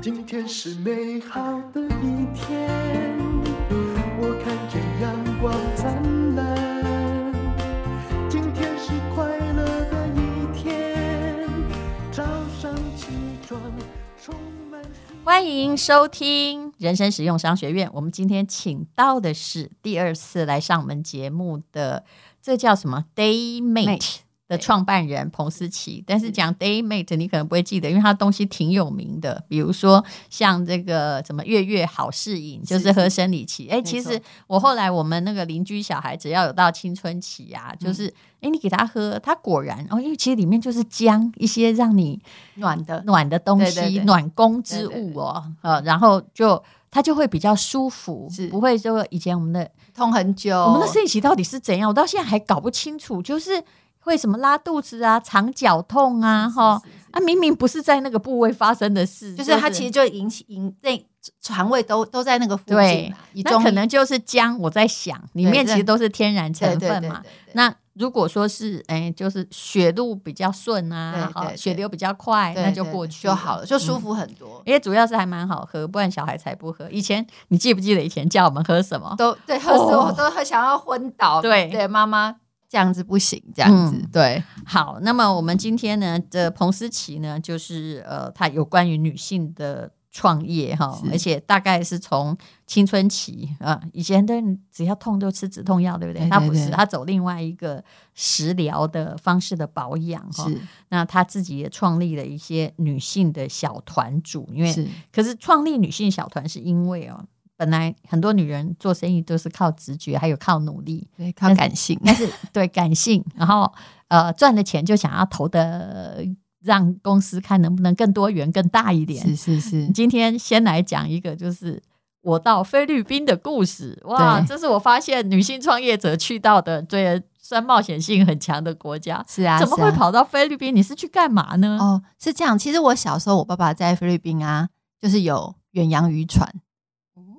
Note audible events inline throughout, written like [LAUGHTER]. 今天是美好的一天，我看见阳光灿烂。今天是快乐的一天，早上起床充满希 [LAUGHS] 欢迎收听人生实用商学院。我们今天请到的是第二次来上我们节目的，这叫什么 Mate 嗯 Daymate 的创办人彭思琪。但是讲 Daymate 你可能不会记得，因为他东西挺有名的，比如说像这个什么月月好适饮，就是喝生理期。哎，错其实我后来我们那个邻居小孩只要有到青春期啊，嗯就是哎、你给他喝，他果然哦，因为其实里面就是姜一些让你。暖的，暖的东西，对对对暖宫之物哦，呃，然后就它就会比较舒服是，哦不会说以前我们的、痛很久。我们的生理期到底是怎样，我到现在还搞不清楚，就是会什么拉肚子啊、肠绞痛啊，哈是是是啊，明明不是在那个部位发生的事，就是它其实就引起引那肠胃都都在那个附近对嘛，以那中可能就是姜，我在想里面其实都是天然成对对对分对嘛，对对那如果说是哎，就是血路比较顺啊，对对好对血流比较快，对那就对过对去就好了，就舒嗯服很多。因为主要是还蛮好喝，不然小孩才不喝。以前你记不记得以前叫我们喝什么？ [LAUGHS] 都对，喝死我哦都很想要昏倒。对对，妈妈这样子不行，这样子嗯对好，那么我们今天呢，这彭思琪呢，就是呃，她有关于女性的创业哈，是而且大概是从青春期啊、呃以前的人只要痛就吃止痛药，对不对？对对她不是，对她走另外一个食疗的方式的保养哈。那她自己也创立了一些女性的小团组，因为是可是创立女性小团是因为哦，本来很多女人做生意都是靠直觉，还有靠努力，对，靠感性。但是对感性， [LAUGHS] 然后呃赚了钱就想要投的，让公司看能不能更多元、更大一 [LAUGHS] 点。是是今天先来讲一个，就是我到菲律宾的故事。哇，对这是我发现女性创业者去到的最算冒险性很强的国家。是啊，怎么是啊会跑到菲律宾？你是去干嘛呢？哦，是这样。其实我小时候，我爸爸在菲律宾啊，就是有远洋渔船。哦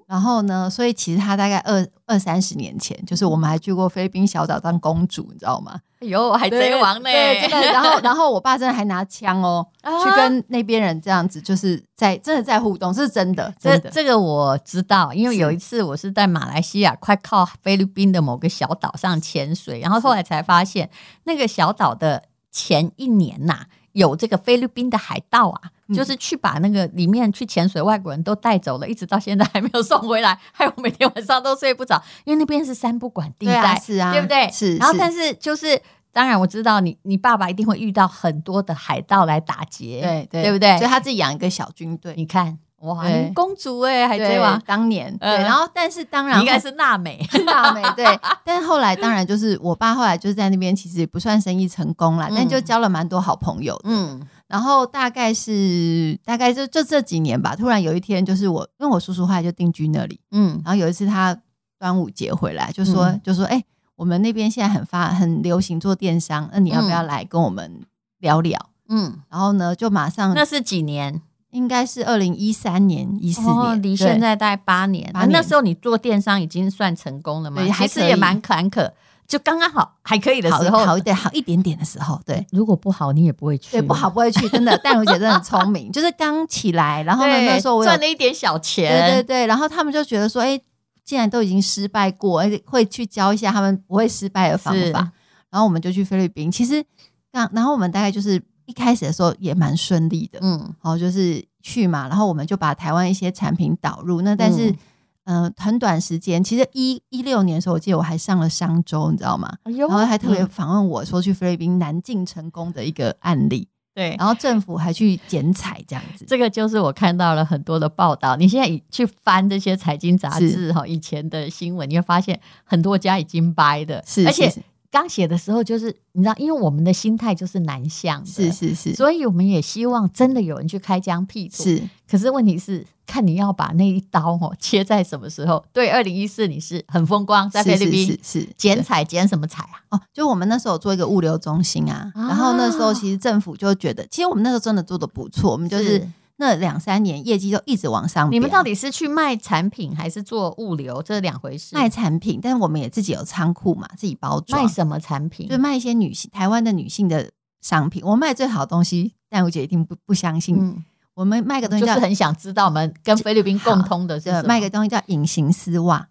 然后呢，所以其实他大概二二三十年前，就是我们还去过菲律宾小岛当公主，你知道吗？哎呦，海贼对王呢？对，真的。然后，然后我爸真的还拿 [LAUGHS] 枪哦，啊去跟那边人这样子，就是在真的在互动，这是真的，这真的。这个我知道，因为是有一次我是在马来西亚快靠菲律宾的某个小岛上潜水，然后后来才发现那个小岛的前一年呐、有这个菲律宾的海盗啊，嗯就是去把那个里面去潜水外国人都带走了，一直到现在还没有送回来，害我每天晚上都睡不着，因为那边是三不管地对带，啊，是啊，对不对？是。然后，但是是就是，当然我知道你，你爸爸一定会遇到很多的海盗来打劫，对对对不对所以？他自己养一个小军队，你看，哇，对你公主哎、海贼对王。当年对。嗯然后，但是当然你应该是娜美，是辣妹，对。但是后来当然就是我爸后来就是在那边其实也不算生意成功啦，嗯但就交了蛮多好朋友。嗯，然后大概是大概就就这几年吧，突然有一天就是我，因为我叔叔后来就定居那里，嗯，然后有一次他端午节回来就说、嗯就说哎、我们那边现在很发很流行做电商，那你要不要来跟我们聊聊？嗯，然后呢，就马上那是几年？应该是二零一三年、一四年，哦，离对现在大概八年。八啊那年时候你做电商已经算成功了吗对？还其实可以也蛮坎坷，就刚刚好，还可以的好时候。好一点好一点点的时候，对。如果不好，你也不会去。对，不好。不会去，真的。淡如姐真的很 [LAUGHS] 聪明，就是刚起来，然后呢，对那时候我有赚了一点小钱，对对对，然后他们就觉得说，哎，既然都已经失败过，而且会去教一下他们不会失败的方是法。然后我们就去菲律宾，其实刚，然后我们大概就是一开始的时候也蛮顺利的，嗯，然后就是去嘛，然后我们就把台湾一些产品导入，那但是。嗯嗯、很短时间，其实一一六年的时候，我记得我还上了商周，你知道吗？哎呦然后还特别嗯访问我说去菲律宾南进成功的一个案例，对。然后政府还去剪彩这样子。这个就是我看到了很多的报道。你现在以去翻这些财经杂是志哈，以前的新闻，你会发现很多家已经掰的，是而且是刚写的时候就是你知道，因为我们的心态就是南向的，是是是所以我们也希望真的有人去开疆辟土。，是可是问题是，看你要把那一刀哦切在什么时候。对，二零一四你是很风光，在菲律宾是是剪对彩剪什么彩啊？哦，就我们那时候有做一个物流中心啊，啊然后那时候其实政府就觉得，其实我们那时候真的做的不错，我们就是是那两三年业绩就一直往上飙。你们到底是去卖产品还是做物流？这是两回事。卖产品，但我们也自己有仓库嘛，自己包装卖，什么产品就？卖一些女性台湾的女性的商品。我卖最好的东西，但我姐一定不不相信，嗯，我们卖个东西就叫是很想知道我们跟菲律宾共通的是对什么卖个东西叫隐形丝袜，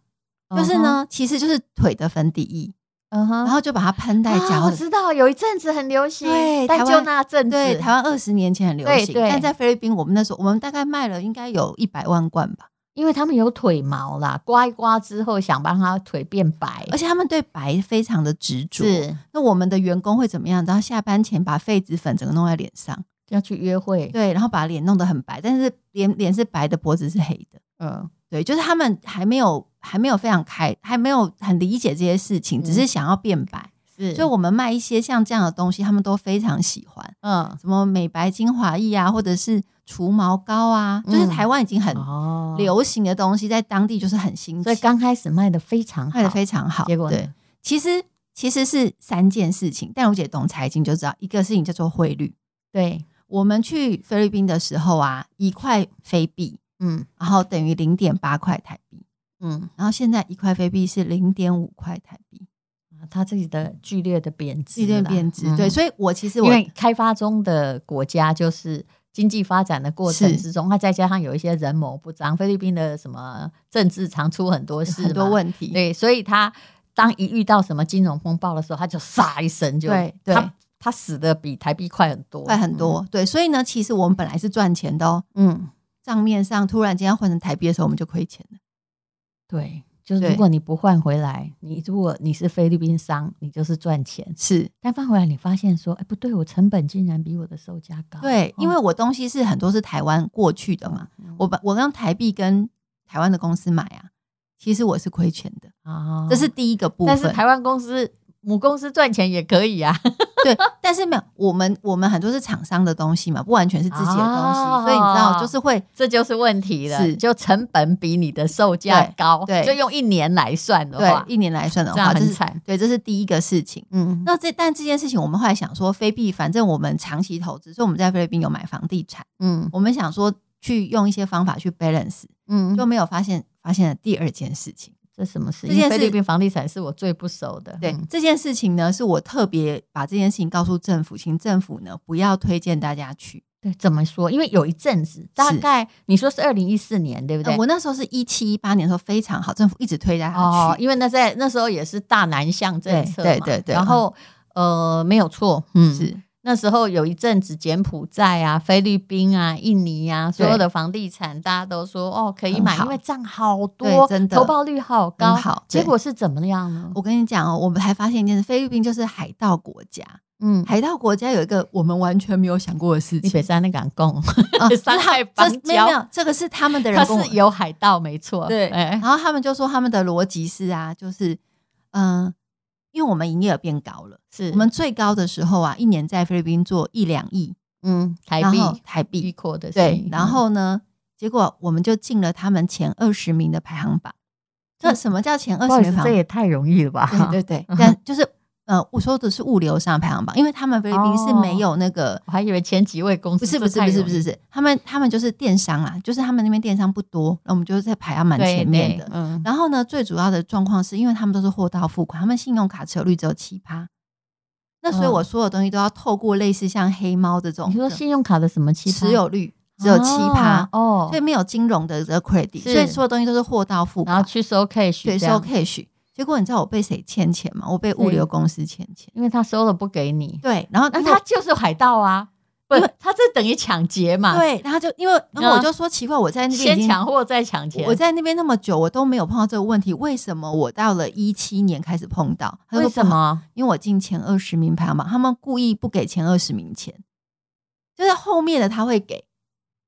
就是，呢，其实就是腿的粉底液，嗯哼然后就把它喷在啊脚我趾。知道有一阵子很流行，对但台湾就那阵子，对，台湾二十年前很流对行，对但在菲律宾，我们那时候我们大概卖了应该有一百万罐吧，因为他们有腿毛啦，刮一刮之后想把它腿变白，而且他们对白非常的执着。是那我们的员工会怎么样？然后下班前把痱子粉整个弄在脸上，要去约会，对，然后把脸弄得很白，但是脸脸是白的，脖子是黑的。嗯，对，就是他们还没有还没有非常开，还没有很理解这些事情，嗯只是想要变白。是，所以我们卖一些像这样的东西，他们都非常喜欢，嗯，什么美白精华液啊，或者是除毛膏啊，就是嗯台湾已经很哦，流行的东西，在当地就是很新奇，所以刚开始卖的非常好，卖的非常好。结果呢对，其实其实是三件事情，但我姐懂财经就知道，一个事情叫做汇率。对，我们去菲律宾的时候啊，一块菲币，嗯然后等于零点八块台币，嗯，然后现在一块菲币是零点五块台币，啊他自己的剧烈的贬值啦，一点贬值。嗯对，所以我其实因我为开发中的国家就是经济发展的过程是之中，它再加上有一些人谋不张，菲律宾的什么政治常出很多事嘛，很多问题，对，所以他当一遇到什么金融风暴的时候，他就唰一声就对对他他死的比台币快很多，快很多。对，所以呢，其实我们本来是赚钱的哦，嗯。嗯，账面上突然间要换成台币的时候，我们就亏钱了。对，就是对如果你不换回来，你如果你是菲律宾商，你就是赚钱；是但换回来，你发现说，哎，不对，我成本竟然比我的售价高。对哦，因为我东西是很多是台湾过去的嘛，我把我用台币跟台湾的公司买啊，其实我是亏钱的，啊这是第一个部分。但是台湾公司母公司赚钱也可以啊， [LAUGHS] 对，但是没有我们我们很多是厂商的东西嘛，不完全是自己的东西，哦所以你知道就是会这就是问题了。是就成本比你的售价对高，对就用一年来算的对话，一年来算的这样话，很这是惨对，这是第一个事情。嗯，那这但这件事情，我们后来想说，菲币反正我们长期投资，所以我们在菲律宾有买房地产，嗯我们想说去用一些方法去 balance，嗯，就没有发现发现了第二件事情。这什么事？因这为件菲事律宾房地产是我最不熟的。对、嗯这件事情呢，是我特别把这件事情告诉政府，请政府呢不要推荐大家去。对，怎么说？因为有一阵子，大概你说是二零一四年，对不对呃？我那时候是一七一八年的时候非常好，政府一直推大家去。哦，因为那在那时候也是大南向政策嘛，对对对对然后呃，没有错，嗯，是那时候有一阵子，柬埔寨啊、菲律宾啊、印尼啊，所有的房地产大家都说哦可以买，很好因为涨好多，对真的投报率好高。很好对结果是怎么样呢？我跟你讲哦，我们还发现一件事，菲律宾就是海盗国家。嗯，海盗国家有一个我们完全没有想过的事你北情山那敢 [LAUGHS] 供，啊， [LAUGHS] 伤害这邦没有没交，有，这个是他们的他 [LAUGHS] 人跟我是有海盗没错，对，哎然后他们就说他们的逻辑是啊，就是嗯、呃因为我们营业额变高了，是我们最高的时候啊，一年在菲律宾做一两亿嗯台然币后台一币，扩的嗯生意对，然后呢，结果我们就进了他们前二十名的排行榜。这什么叫前二嗯不好十意名思这排，行榜？也嗯太容易了吧？ [LAUGHS] 对对对，但就是呃，我说的是物流上的排行榜，因为他们菲律宾是没有那个。我还以为前几位公司不是这不是哦太不是容不易是是，他们他们就是电商啦，就是他们那边电商不多，那我们就是在排到蛮对前面对的。嗯，然后呢，最主要的状况是因为他们都是货到付款，他们信用卡持有率只有七趴，那所以嗯我所有东西都要透过类似像黑猫这种你说的信用卡的什么期持有率只有七趴，哦，所以没有金融的这个 credit，是所以所有东西都是货到付然后款，去收 cash，对，这收样 cash。结果你知道我被谁欠钱吗？我被物对流公司欠钱。因为他收了不给你，对，然后那因为他就是海盗啊！不因为，他这等于抢劫嘛？，对，然后就因为然嗯后我就说奇怪，我在那边已先经抢货再抢钱。我在那边那么久，我都没有碰到这个问题，为什么我到了一七年开始碰到？他为说什？么？因为我进前二十名排行榜，他们故意不给前二十名钱，就是后面的他会给，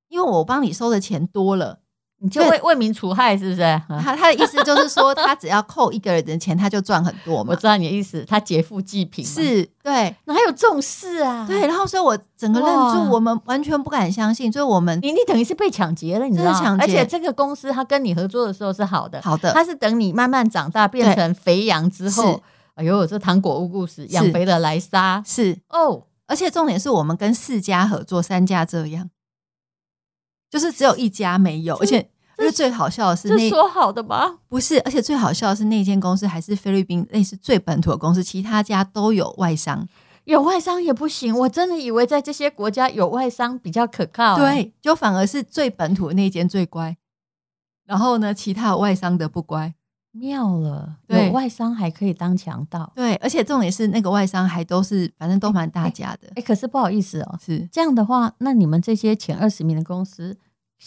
因为我帮你收的钱多了。你就为为民除害 [LAUGHS] 是不是？嗯他他的意思就是说，他只要扣一个人的钱，他就赚很多我嘛。知道你的意思，他劫富济贫嘛，是，对哪有这种事啊？对，，然后所以我整个愣哇住，我们完全不敢相信，所以我们你你等于是被抢劫了，你知道真的吗？抢劫而且这个公司他跟你合作的时候是好的，好的他是等你慢慢长大变成肥羊之后是，哎呦，这糖果屋故事，养肥了来杀是，哦，而且重点是我们跟四家合作，三家这样，就是只有一家没有，而且而且最好笑的是这那说好的吗？不是，而且最好笑的是那间公司还是菲律宾类似最本土的公司，其他家都有外商，有外商也不行。我真的以为在这些国家有外商比较可靠、欸，对，就反而是最本土的那间最乖，然后呢，其他有外商的不乖。妙了，对有外商还可以当强盗。对，而且重点是那个外商还都是，反正都蛮大家的，哎、可是不好意思哦、是这样的话，那你们这些前二十名的公司，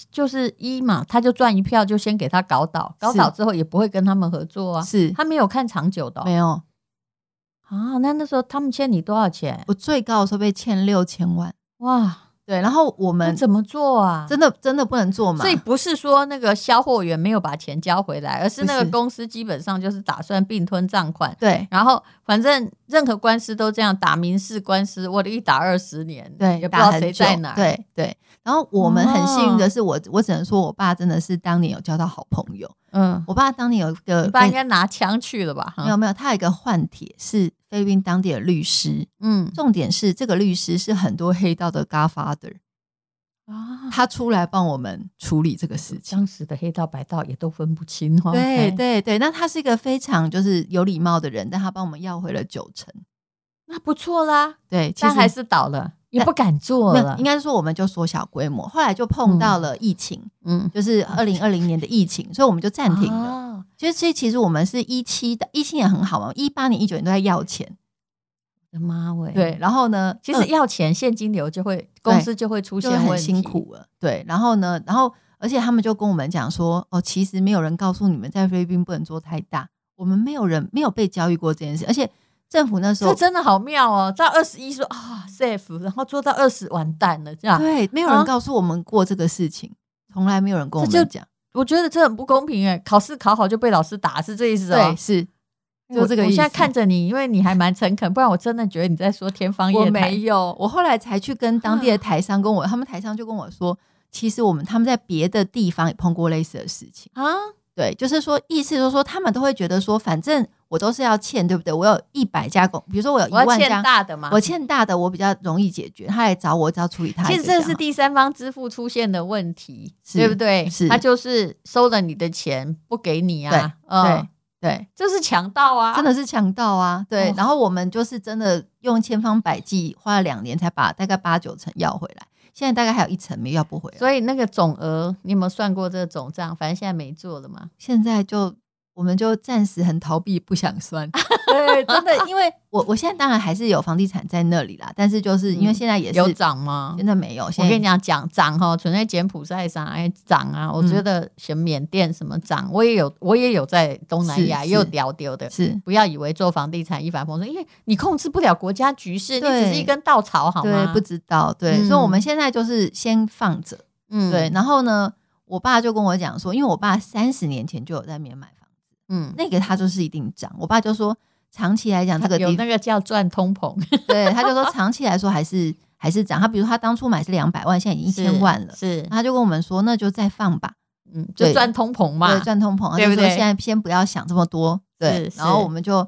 就是一嘛，他就赚一票，就先给他搞倒，搞倒之后也不会跟他们合作啊。是他没有看长久的哦、没有。啊。那那时候他们欠你多少钱？我最高的时候被欠六千万，哇，对，然后我那们怎么做啊？真的真的不能做嘛，所以不是说那个销货员没有把钱交回来，而是那不个是公司基本上就是打算并吞账款，对然后反正任何官司都这样，打民事官司，我的一打二十年，对，也不知打道很谁久在哪儿。嗯哦对对。然后我们很幸运的是我，我只能说我爸真的是当年有交到好朋友。嗯，我爸当年有一个你爸应该拿枪去了吧？哈呃没有没有，他有一个换帖是菲律宾当地的律师，嗯重点是这个律师是很多黑道的 Godfather，啊，他出来帮我们处理这个事情。当时的黑道白道也都分不清哦。对哎，对对，那他是一个非常就是有礼貌的人，但他帮我们要回了九成。那不错啦，对，其但实还是倒了，也但不敢做没了有，。应该说我们就缩小规模，后来就碰到了疫情，嗯，就是二零二零年的疫情，所以我们就暂停了。哦其实，其实其实我们是一七的，一七年很好嘛，一八年、一九年都在要钱，我的妈喂！对，，然后呢，其二实要钱现金流就会公司就会出嗯就现会问很题，辛苦了，对，然后呢，然后而且他们就跟我们讲说，哦，其实没有人告诉你们在菲律宾不能做太大，我们没有人没有被教育过这件事，而且政府那时这候真的好妙哦！到二十一说啊 safe，然后做到二十完蛋了，这样对没有人啊告诉我们过这个事情，从来没有人跟我这们就讲，我觉得这很不公平哎！考试考好就被老师打，是这意思对，哦？是我就这个意我思。现在看着你，因为你还蛮诚恳，不然我真的觉得你在说天方夜我啊谭。没有，我后来才去跟当地的台商跟我，他们台商就跟我说，其实我们他们在别的地方也碰过类似的事情。啊，对，就是说意思就是说，他们都会觉得说，反正我都是要欠，对不对？我有一百家公，比如说我有一我要万欠家，大的嘛，我欠大的我比较容易解决，他来找我只要处理他其一个实就好。这是第三方支付出现的问题，是对不对？是他就是收了你的钱不给你啊，嗯，对这是强盗啊，对，真的是强盗啊！对，哦然后我们就是真的用千方百计，花了两年才把大概八九成要回来，现在大概还有一层没要不回来。所以那个总额，你有没有算过这个总账？反正现在没做了嘛。现在就我们就暂时很逃避，不想算。啊对，真的，因为我我现在当然还是有房地产在那里啦，但是就是因为现在也 [LAUGHS] 嗯是、有涨吗现？在没有。我现在跟你讲，讲涨哈，存在柬埔寨上哎涨啊，我嗯觉得选缅甸什么涨，我也有，我也有在东南亚是也有是屌丢的。是不要以为做房地产一帆风顺，因为你控制不了国家局势，你对只是一根稻草，好对吗？不，知道对，嗯所以我们现在就是先放着。嗯对，，然后呢，我爸就跟我讲说，因为我爸三十年前就有在缅甸买房，嗯，那个他就是一定涨。我爸就说，长期来讲，这个有地那个叫赚通膨，对，他就说长期来说还是还是涨。他比如他当初买是两百万，现在已经一千万了，是，是他就跟我们说，那就再放吧。嗯，就对赚通膨嘛对，，赚通膨，他对不就说对现在先不要想这么多，对是，然后是我们就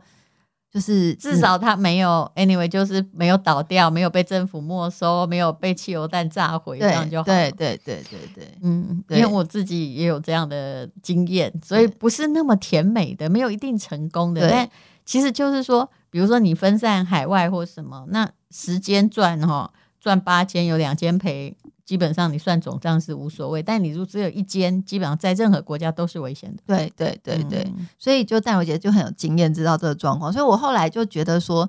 就是嗯至少它没有，anyway，就是没有倒掉，没有被政府没收，没有被汽油弹炸毁，嗯这样就好。对，对对对对对，嗯，因为对我自己也有这样的经验，所以不是那么甜美的，没有一定成功的。对但其实就是说，比如说你分散海外或什么，那时间赚哈，赚八间有两间赔。基本上你算总账是无所谓，但你如果只有一间，基本上在任何国家都是危险的。对对对对，嗯所以就戴茹姐就很有经验，知道这个状况，所以我后来就觉得说。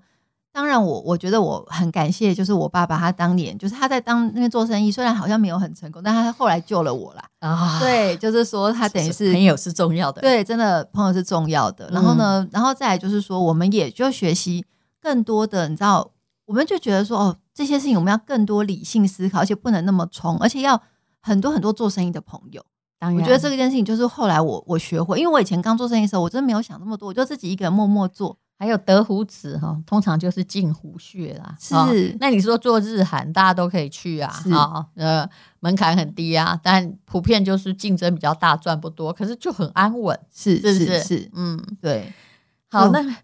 当然我，我觉得我很感谢，就是我爸爸，他当年就是他在当那边做生意，虽然好像没有很成功，但他后来救了我啦。啊，对，就是说他等于是朋友是重要的。对，真的朋友是重要的。然后呢，然后再来就是说，我们也就学习更多的，你知道，我们就觉得说，哦，这些事情我们要更多理性思考，而且不能那么冲，而且要很多很多做生意的朋友。当然，我觉得这件事情就是后来我我学会，因为我以前刚做生意的时候，我真的没有想那么多，我就自己一个人默默做。还有德胡子哈，通常就是近胡穴啦。是哦那你说做日韩，大家都可以去啊，是啊、呃，门槛很低啊，但普遍就是竞争比较大，赚不多，可是就很安稳，是是不是是？是嗯，对，好，嗯那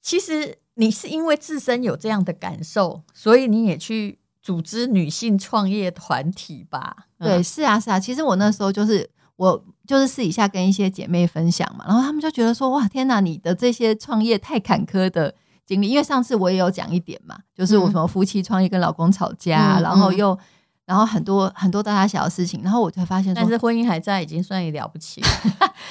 其实你是因为自身有这样的感受，所以你也去组织女性创业团体吧？对，嗯，是啊，是啊。其实我那时候就是我就是私底下跟一些姐妹分享嘛，然后她们就觉得说，哇，天哪，你的这些创业太坎坷的经历，因为上次我也有讲一点嘛，就是我嗯什么夫妻创业跟老公吵架，嗯然后嗯又然后很多很多大大小小的事情，然后我才发现但是说，婚姻还在，已经算也了不 [LAUGHS] 起了。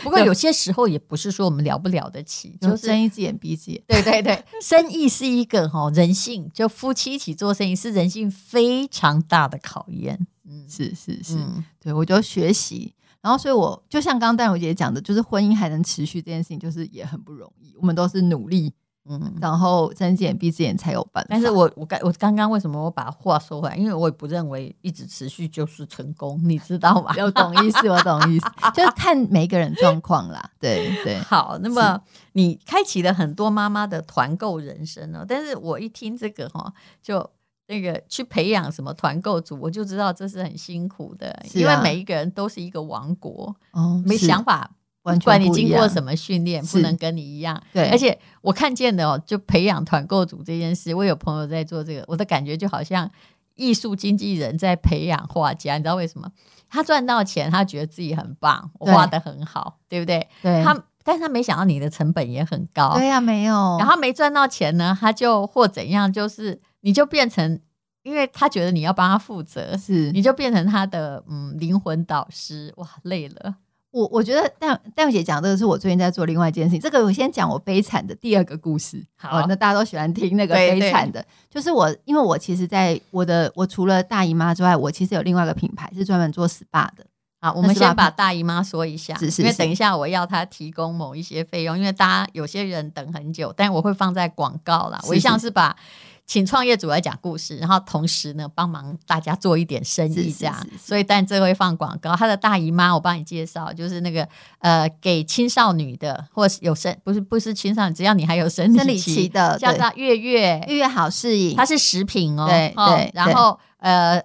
不过有些时候也不是说我们了不了得起，就就是睁一只眼闭一只眼。 [LAUGHS] 对对对，生意是一个哈人性，就夫妻一起做生意是人性非常大的考验。嗯，是是是，嗯对我就学习。然后，所以我就像刚刚戴茹姐讲的，就是婚姻还能持续这件事情，就是也很不容易。我们都是努力，嗯。然后睁只眼闭只眼才有办法。但是我我刚我刚刚为什么我把话说回来？因为我也不认为一直持续就是成功，你知道吗？有懂意思，我懂意思，就是看每一个人状况啦。对对，好，那么你开启了很多妈妈的团购人生哦。但是我一听这个哈、哦，就那个去培养什么团购组，我就知道这是很辛苦的，是因为啊每一个人都是一个王国，哦，没是想法。完不管全你不一经过样什么训练，不是能跟你一样。对，而且我看见的哦，就培养团购组这件事，我有朋友在做这个，我的感觉就好像艺术经纪人在培养画家，你知道为什么？他赚到钱，他觉得自己很棒，我对画的很好，对不对？对他，但是他没想到你的成本也很高，对呀、没有，然后没赚到钱呢，他就或怎样，就是你就变成，因为他觉得你要帮他负责，是你就变成他的嗯灵魂导师，哇，累了，我我觉得戴戴茹姐讲这个是我最近在做另外一件事情，这个我先讲我悲惨的第二个故事。好哦那大家都喜欢听那个对悲惨的，就是我，因为我其实在我的我除了大姨妈之外，我其实有另外一个品牌是专门做 SPA 的。好，我那们是吧先把大姨妈说一下，是是因为是等一下我要她提供某一些费用，因为大家有些人等很久，但我会放在广告啦。是我一向是把请创业主来讲故事，然后同时呢帮忙大家做一点生是意是这样，是是所以但这会放广告。她的大姨妈我帮你介绍，就是那个呃给青少女的，或是有生不是不是青少女，只要你还有生生理理期的叫对做月月月月好适应，它是食品哦，对哦对然后呃，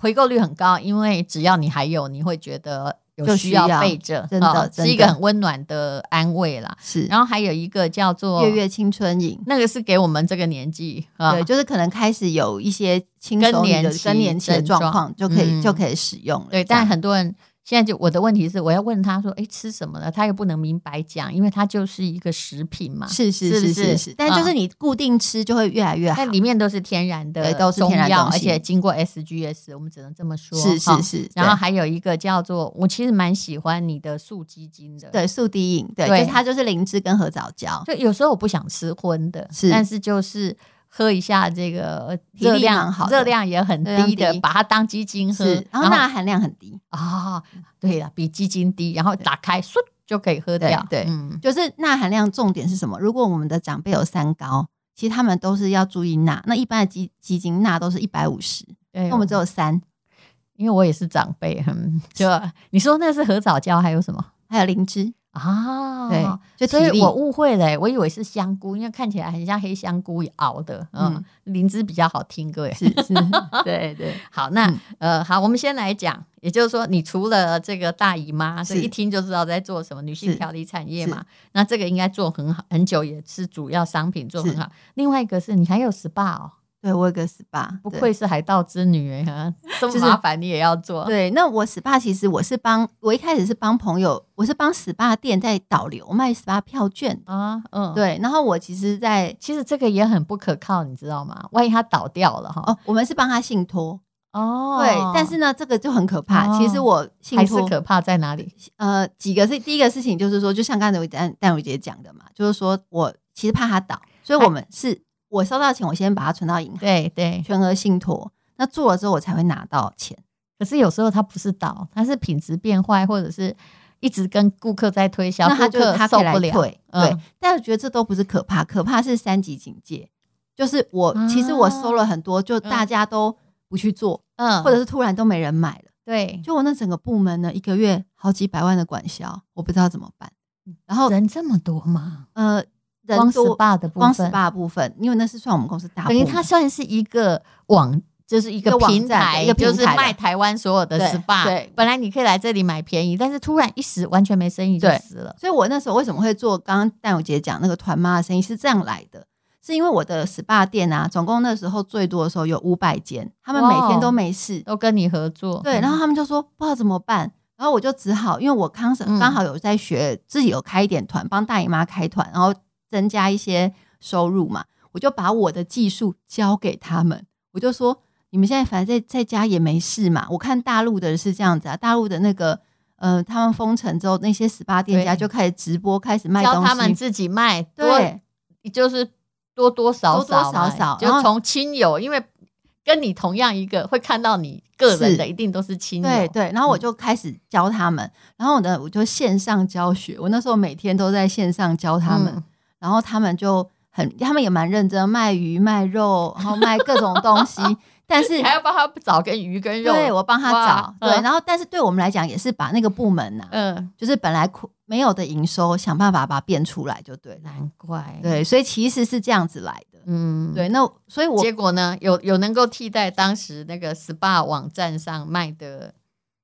回购率很高，因为只要你还有，你会觉得有就需需要备着，真的哦真是一的个很温暖的安慰啦。是然后还有一个叫做月月青春饮，那个是给我们这个年纪啊对，，就是可能开始有一些青熟女更年的期更年期的症状状况，就可以、嗯就可以使用了。对，这样但很多人。现在就我的问题是，我要问他说：“哎，吃什么呢？”他又不能明白讲，因为它就是一个食品嘛，是是是不是是是是，但就是嗯你固定吃就会越来越好那。里面都是天然的对都是中天然药，东而西且经过 SGS，我们只能这么说。是哈是是，然后对还有一个叫做，我其实蛮喜欢你的素鸡精的。，对速滴饮，对，对就是它就是灵芝跟合藻胶，就有时候我不想吃荤的，是但是就是喝一下这个呃体力热量蛮好的热量也很热量低的，低把它当鸡精喝是，，然后钠含量很低，啊、哦，对了，比鸡精低，然后打开嗖就可以喝掉。对对嗯，就是钠含量重点是什么？如果我们的长辈有三高，其实他们都是要注意钠，那一般的基基金钠都是一百五十，对，哦那我们只有三，因为我也是长辈，嗯，就你说那是合藻胶，还有什么还有灵芝，啊？对，就所体以力。我误会了、我以为是香菇，因为看起来很像黑香菇熬的，嗯嗯，灵芝比较好听，各位。是 [LAUGHS] 是，对对，好，那、嗯呃，好，我们先来讲，也就是说，你除了这个大姨妈，这是一听就知道在做什么女性是调理产业嘛，那这个应该做很好，很久也是主要商品做很好。另外一个是你还有 SPA 哦，对我有个 SPA，不对愧是海盗之女哎哈，这么就是麻烦你也要做，对，那我 SPA 其实我是帮我一开始是帮朋友，我是帮 SPA 店在导流卖 SPA 票券。啊，嗯，。对，然后我其实在，其实这个也很不可靠，你知道吗？万一它倒掉了哈。哦，我们是帮他信托，哦对，但是呢，这个就很可怕。哦其实我信还是托，可怕在哪里？呃，几个是第一个事情就是说，就像刚才我戴戴茹姐讲的嘛，就是说我其实怕他倒，所以我们是我收到钱，我先把它存到银行，啊对对，全额信托。那做了之后，我才会拿到钱。可是有时候它不是倒，它是品质变坏，或者是一直跟顾客在推销，那他顾就客他受可以来不了。退，对嗯。但我觉得这都不是可怕，可怕是三级警戒，就是我其实我收了很多，就大家都不去做，啊嗯，或者是突然都没人买了。对，就我那整个部门呢，一个月好几百万的管销，我不知道怎么办。然后人这么多嘛，呃，人光多 SPA 的部光分， SPA 部分，因为那是算我们公司大部等门，于它算是一个网。就是一一个个网平站台，一个平就是台的卖台湾所有的对 SPA。对本来你可以来这里买便宜，但是突然一时完全没生意就对死了。所以我那时候为什么会做刚刚戴茹姐讲那个团妈的生意是这样来的，是因为我的 SPA 店啊，总共那时候最多的时候有五百间，他们每哇哦天都没事，都跟你合作，对，然后他们就说不知道怎么办，然后我就只好因为我刚嗯刚好有在学，自己有开一点团，帮大姨妈开团，然后增加一些收入嘛，我就把我的技术交给他们，我就说你们现在反正在在家也没事嘛。我看大陆的是这样子啊，大陆的那个呃，他们封城之后，那些 SPA 店家对就开始直播，开始卖教东他们西，自己卖，多对，就是多多少少嘛多多少嗯少然就后从亲友，因为跟你同样一个会看到你个人的，是一定都是亲友。对对，然后我嗯就开始教他们，然后呢，我就线上教学，我那时候每天都在线上教他们，嗯然后他们就很，他们也蛮认真，卖鱼、卖肉，然后卖各种 [LAUGHS] 东西，但是你还要帮他找跟鱼跟肉，对我帮他哇找，对，嗯然后但是对我们来讲也是把那个部门呐、嗯，就是本来苦没有的营收，想办法把它变出来就对了，难怪，对，所以其实是这样子来的，嗯，。对，那所以我结果呢，有有能够替代当时那个 SPA 网站上卖的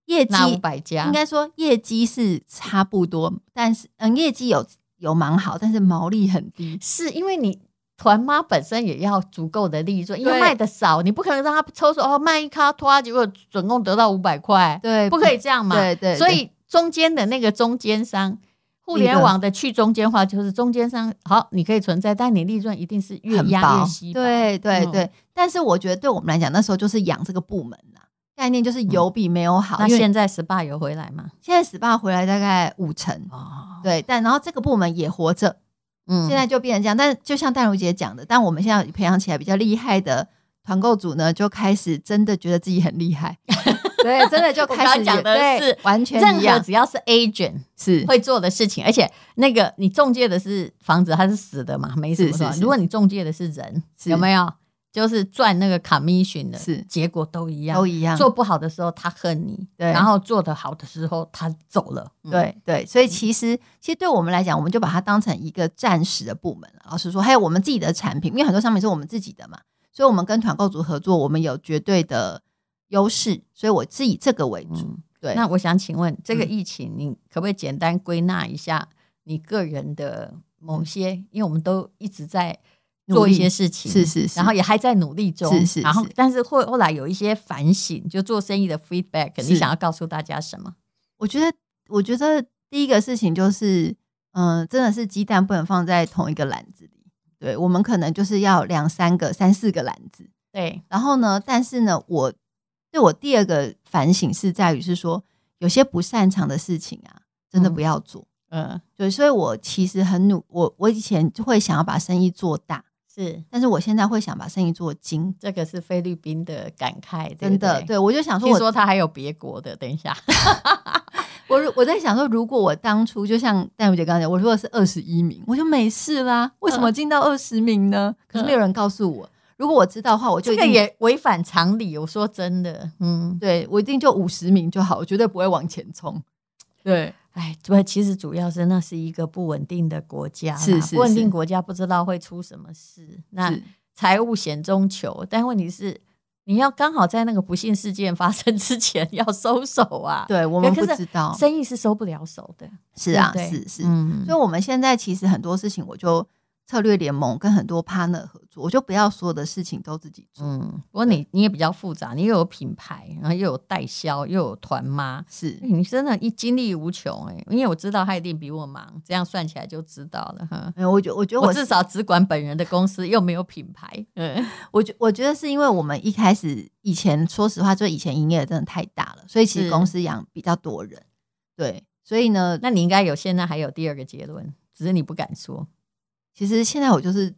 业绩那五百家，应该说业绩是差不多，但是嗯，业绩有有蛮好，但是毛利很低。是因为你团妈本身也要足够的利润，因为对卖的少，你不可能让他抽手哦卖一卡拖，结果总共得到五百块，对不可以这样嘛。对对所对以中间的那个中间商，互联网的去中间化就是中间商，好，你可以存在，但你利润一定是越很压越薄稀薄。对对嗯对、但是我觉得对我们来讲，那时候就是养这个部门啦、概念就是有比没有好。嗯那因为现在 SPA 有回来吗？现在 SPA 回来大概五成，哦，对，但然后这个部门也活着，嗯现在就变成这样。但就像淡如姐讲的，但我们现在培养起来比较厉害的团购组呢，就开始真的觉得自己很 [LAUGHS] 厉害，对，真的就我开刚始讲也的对是完全任一何样，只要是 agent 是会做的事情，而且那个你中介的是房子，它是死的嘛，没什么是是说。是如果你中介的是人，是有没有？就是赚那个 commission 的，是结果都一样。都一样，做不好的时候他恨你，对然后做得好的时候他走了。嗯，对对，所以其实其实对我们来讲，我们就把它当成一个暂时的部门了。老实说，还有我们自己的产品，因为很多商品是我们自己的嘛，所以我们跟团购组合作，我们有绝对的优势，所以我是以这个为主。嗯对，嗯那我想请问，这个疫情你可不可以简单归纳一下你个人的某些？因为我们都一直在做努力一些事情，是是是然后也还在努力中，是是然后是但是后后来有一些反省，就做生意的 feedback，你是想要告诉大家什么？我觉得，我觉得第一个事情就是，嗯、真的是鸡蛋不能放在同一个篮子里。对我们可能就是要两三个、三四个篮子，对，然后呢，但是呢，我对我第二个反省是在于是说，有些不擅长的事情啊，真的嗯不要做。嗯，对，所以我其实很努，我我以前就会想要把生意做大，是但是我现在会想把生意做精。这个是菲律宾的感慨，对不真的，对。对我就想说听我，说他还有别国的，等一下，我如我在想说，如果我当初就像戴茹姐刚才讲，我如果是二十一名，我就没事啦。为嗯什么进到二十名呢？可是没有人告诉我。如果我知道的话，我这就一个定也违反常理。我说真的，嗯，对我一定就五十名就好，我绝对不会往前冲。对，哎，不，其实主要是那是一个不稳定的国家啦，是是不稳是定国家不知道会出什么事。那是财务险中求，但问题是你要刚好在那个不幸事件发生 [LAUGHS] 之前要收手啊。，对我们可不是知道，生意是收不了手的。是啊，对不对是是。嗯所以我们现在其实很多事情，我就策略联盟跟很多 partner 合作，我就不要所有的事情都自己做。嗯，不过你你也比较复杂，你又有品牌，然后又有代销，又有团妈，是你真的一精力无穷哎、因为我知道他一定比我忙，这样算起来就知道了哈。没有，我觉我觉得我我至少只管本人的公司，又没有品牌，嗯。我觉我觉得是因为我们一开始以前，说实话，就以前营业额真的太大了，所以其是实公司养比较多人，对，所以呢，那你应该有现在还有第二个结论，只是你不敢说。其实现在我就是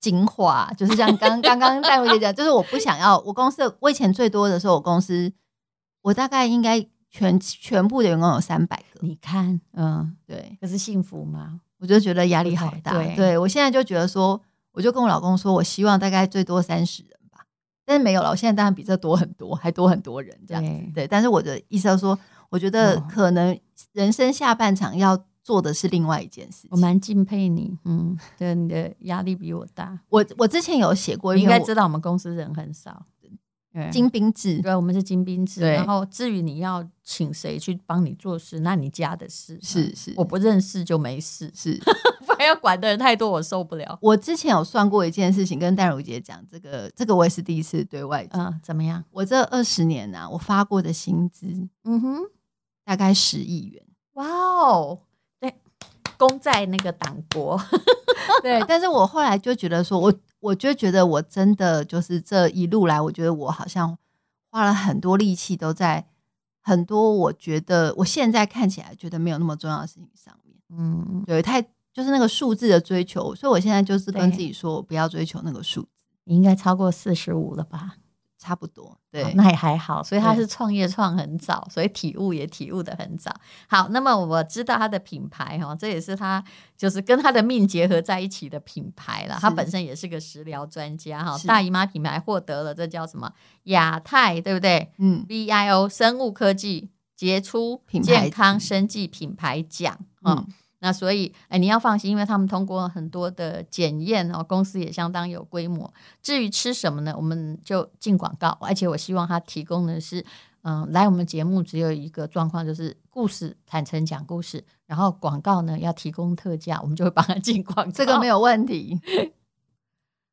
精华，就是像刚刚刚戴茹姐讲，就是我不想要我公司，我以前最多的时候，我公司我大概应该全全部的员工有三百个，你看，嗯，对可是幸福吗？我就觉得压力好大，对对我现在就觉得说，我就跟我老公说，我希望大概最多三十人吧，但是没有了，我现在当然比这多很多，还多很多人这样子。对对，但是我的意思就是说，我觉得哦可能人生下半场要做的是另外一件事我情。蛮敬佩你，嗯，对，你的压力比我大。我我之前有写过一你应篇该我知道我们公司人很少，对精兵制，对，我们是精兵制。对然后至于你要请谁去帮你做事，那你家的事是嗯是，我不认识就没事 [LAUGHS] 是不然要管的人太多，我受不了。我之前有算过一件事情，跟戴茹姐讲，这个这个我也是第一次对外讲，嗯，怎么样？我这二十年呐、我发过的薪资嗯哼，大概十亿元。哇哦，对，功在那个党国， [LAUGHS] 对，但是我后来就觉得说，我我就觉得我真的就是这一路来，我觉得我好像花了很多力气都在很多我觉得我现在看起来觉得没有那么重要的事情上面。嗯，对，太就是那个数字的追求，所以我现在就是跟对自己说，我不要追求那个数字，你应该超过四十五了吧？差不多。好对，那也还好。所以他对是创业创很早，所以体悟也体悟的很早。好，那么我知道他的品牌哈，这也是他就是跟他的命结合在一起的品牌了。是他本身也是个食疗专家哈，是大姨妈品牌获得了这叫什么亚太对不对嗯， ？VIO 生物科技杰出品牌健康生技品牌奖啊。嗯那所以，哎，你要放心，因为他们通过很多的检验哦，公司也相当有规模。至于吃什么呢，我们就进广告，而且我希望他提供的是，嗯、来我们节目只有一个状况，就是故事坦诚讲故事，然后广告呢要提供特价，我们就会帮他进广告。这个没有。有问题。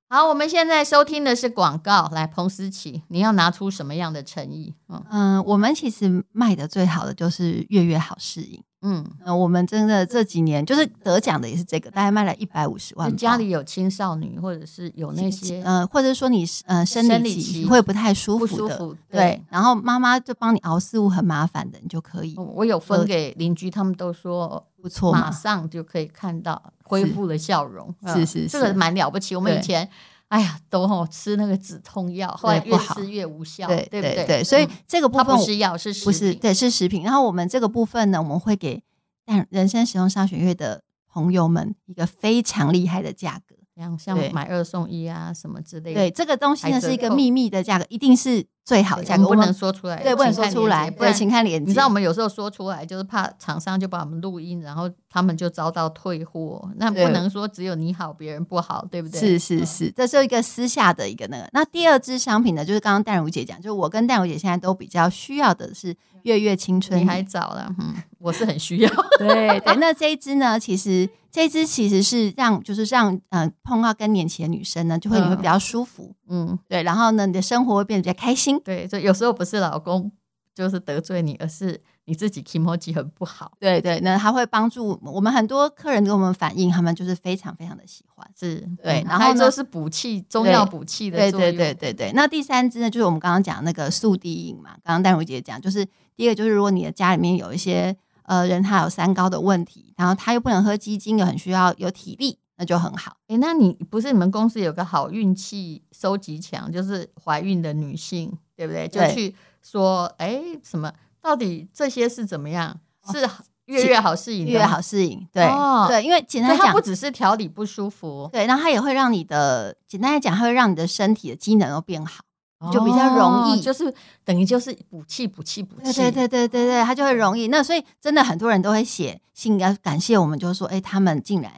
好，我们现在收听的是广告。来，彭思琪，你要拿出什么样的诚意？嗯嗯，我们其实卖的最好的就是月月好适应。嗯，嗯，我们真的这几年就是得奖的也是这个，大概卖了一百五十万就包。家里有青少女，或者是有那些呃，或者说你呃生生理理期期会不太舒不服舒的，服，对，然后妈妈就帮你熬四物很麻烦的，你就可以、嗯我有分呃给邻居，他们都说不错马嘛。上就可以看到恢是复了笑容，是嗯是这是个蛮了不起。我们以对前，哎呀，都吼吃那个止痛药，后来对越不好吃越无效，对不对？对，所以嗯这个部它分不我是药，是食不是品，对是食品。然后我们这个部分呢，我们会给但人生使用商学院的朋友们一个非常厉害的价格。像像对买二送一啊什么之类的。对，这个东西还呢折是一个扣秘密的价格，一定是最好的对价我们格，不我们能说出来，对，不能请说看出链来，接不对，然请看链接。你知道我们有时候说出来，就是怕厂商就把我们录音，然后他们就遭到退货。那不对能说只有你好，别人不好，对不对？是嗯是是，这是一个私下的一个那个。那第二支商品呢，就是刚刚淡如姐讲，就是我跟淡如姐现在都比较需要的嗯是月月青春你饮。还早了，嗯，我是很需要。对对，那这一支呢，其实这一支其实是让就是让嗯、呃碰到更年期的女生呢，就会你会嗯比较舒服，嗯，对，然后呢你的生活会变得比较开心。对，所以有时候不是老公就是得罪你，而是你自己 emoji 很不好。对对，那它会帮助我们很多客人给我们反映，他们就是非常非常的喜欢。是对嗯然还有后呢就是补气，中药补气的对作用对对对对，那第三支呢，就是我们刚刚讲那个速滴饮嘛。刚刚淡如姐讲，就是第一个就是如果你的家里面有一些呃人他有三高的问题，然后他又不能喝鸡精，又很需要有体力，那就很好。诶那你不是你们公司有个好运气收集墙，就是怀孕的女性，对不对？就对去说，诶，什么？到底这些是怎么样？是月月哦好适应的吗，越好适应，对、哦对，因为简所单以它来讲不，只是调理不舒服，对，然后它也会让你的简单来讲，它会让你的身体的机能都变好。就比较容易哦就是等于就是补气补气补对气。对对对对对，它就会容易。那所以真的很多人都会写信要感谢我们，就是说，哎、他们竟然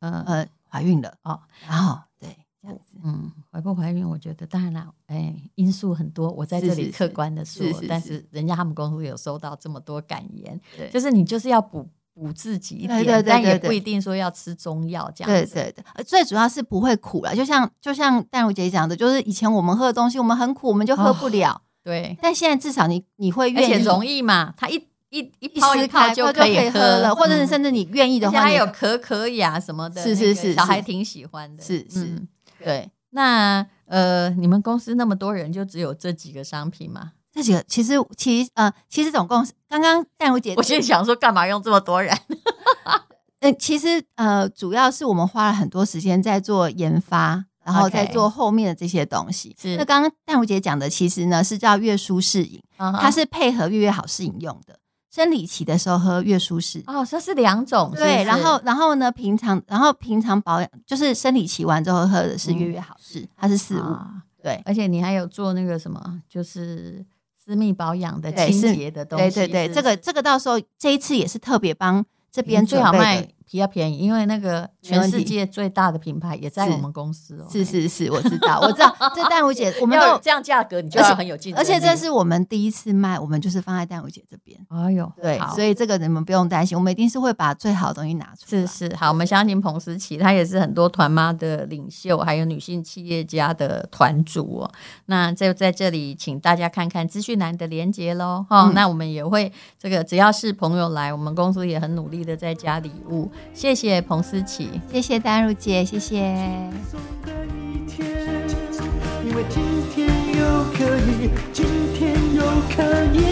嗯呃怀孕了哦哦，然后对这样子。嗯，怀不怀孕，我觉得当然啦，哎，因素很多，我在是这里是客是观的说，是是但是是人家他们公司有收到这么多感言，对就是你就是要补补自己一点，对对对但也对对不一定说要吃中药这样对子。对对，呃最主要是不会苦了。就像就像淡如姐讲的，就是以前我们喝的东西，我们很苦，我们就喝不了。对但现在至少你你会哦而且愿意，容易嘛，它一一一一泡撕一泡开就可可以以喝了，或者是嗯甚至你愿意而的且话，还你有可可呀什么的那是个，是是小是孩挺喜欢的。是是嗯对那呃，你们公司那么多人，就只有这几个商品吗？这几个其实其实呃其实总共是刚刚淡如姐我，心里想说，干嘛用这么多人？呃其实呃主要是我们花了很多时间在做研发。然后 OK 再做后面的这些东西。是那刚刚淡如姐讲的，其实呢是叫月舒适饮，它它是配合月月好适饮用的。生理期的时候喝月舒适，哦，这是两种，是不对，是然后然后呢，平常然后平常保养就是生理期完之后喝的是嗯月月好事，它是四物，啊对而且你还有做那个什么，就是私密保养的对清是洁的东对西，对对，是这个是这个到时候这一次也是特别帮这你们边最准好备卖的。比较便宜，因为那个没全问世题界最大的品牌也在是我们公司哦，是是是，我知道，[LAUGHS] 我知道，这淡如姐，我哎，们要都有有，这样价格，你就而且要很有竞争而且这力，是我们第一次卖，我们就是放在淡如姐这边，哎呦，对，好所以这个你们不用担心，我们一定是会把最好的东西拿出来。是是，好，我们相信彭思琪，她也是很多团妈的领袖，还有女性企业家的团主哦。那就在这里，请大家看看资讯栏的连接喽。哈、嗯那我们也会这个，只要是朋友来，我们公司也很努力的在加礼物。谢谢彭思琪。谢谢淡如姐，谢谢。轻松的一天，因为今天又可以，今天又可以。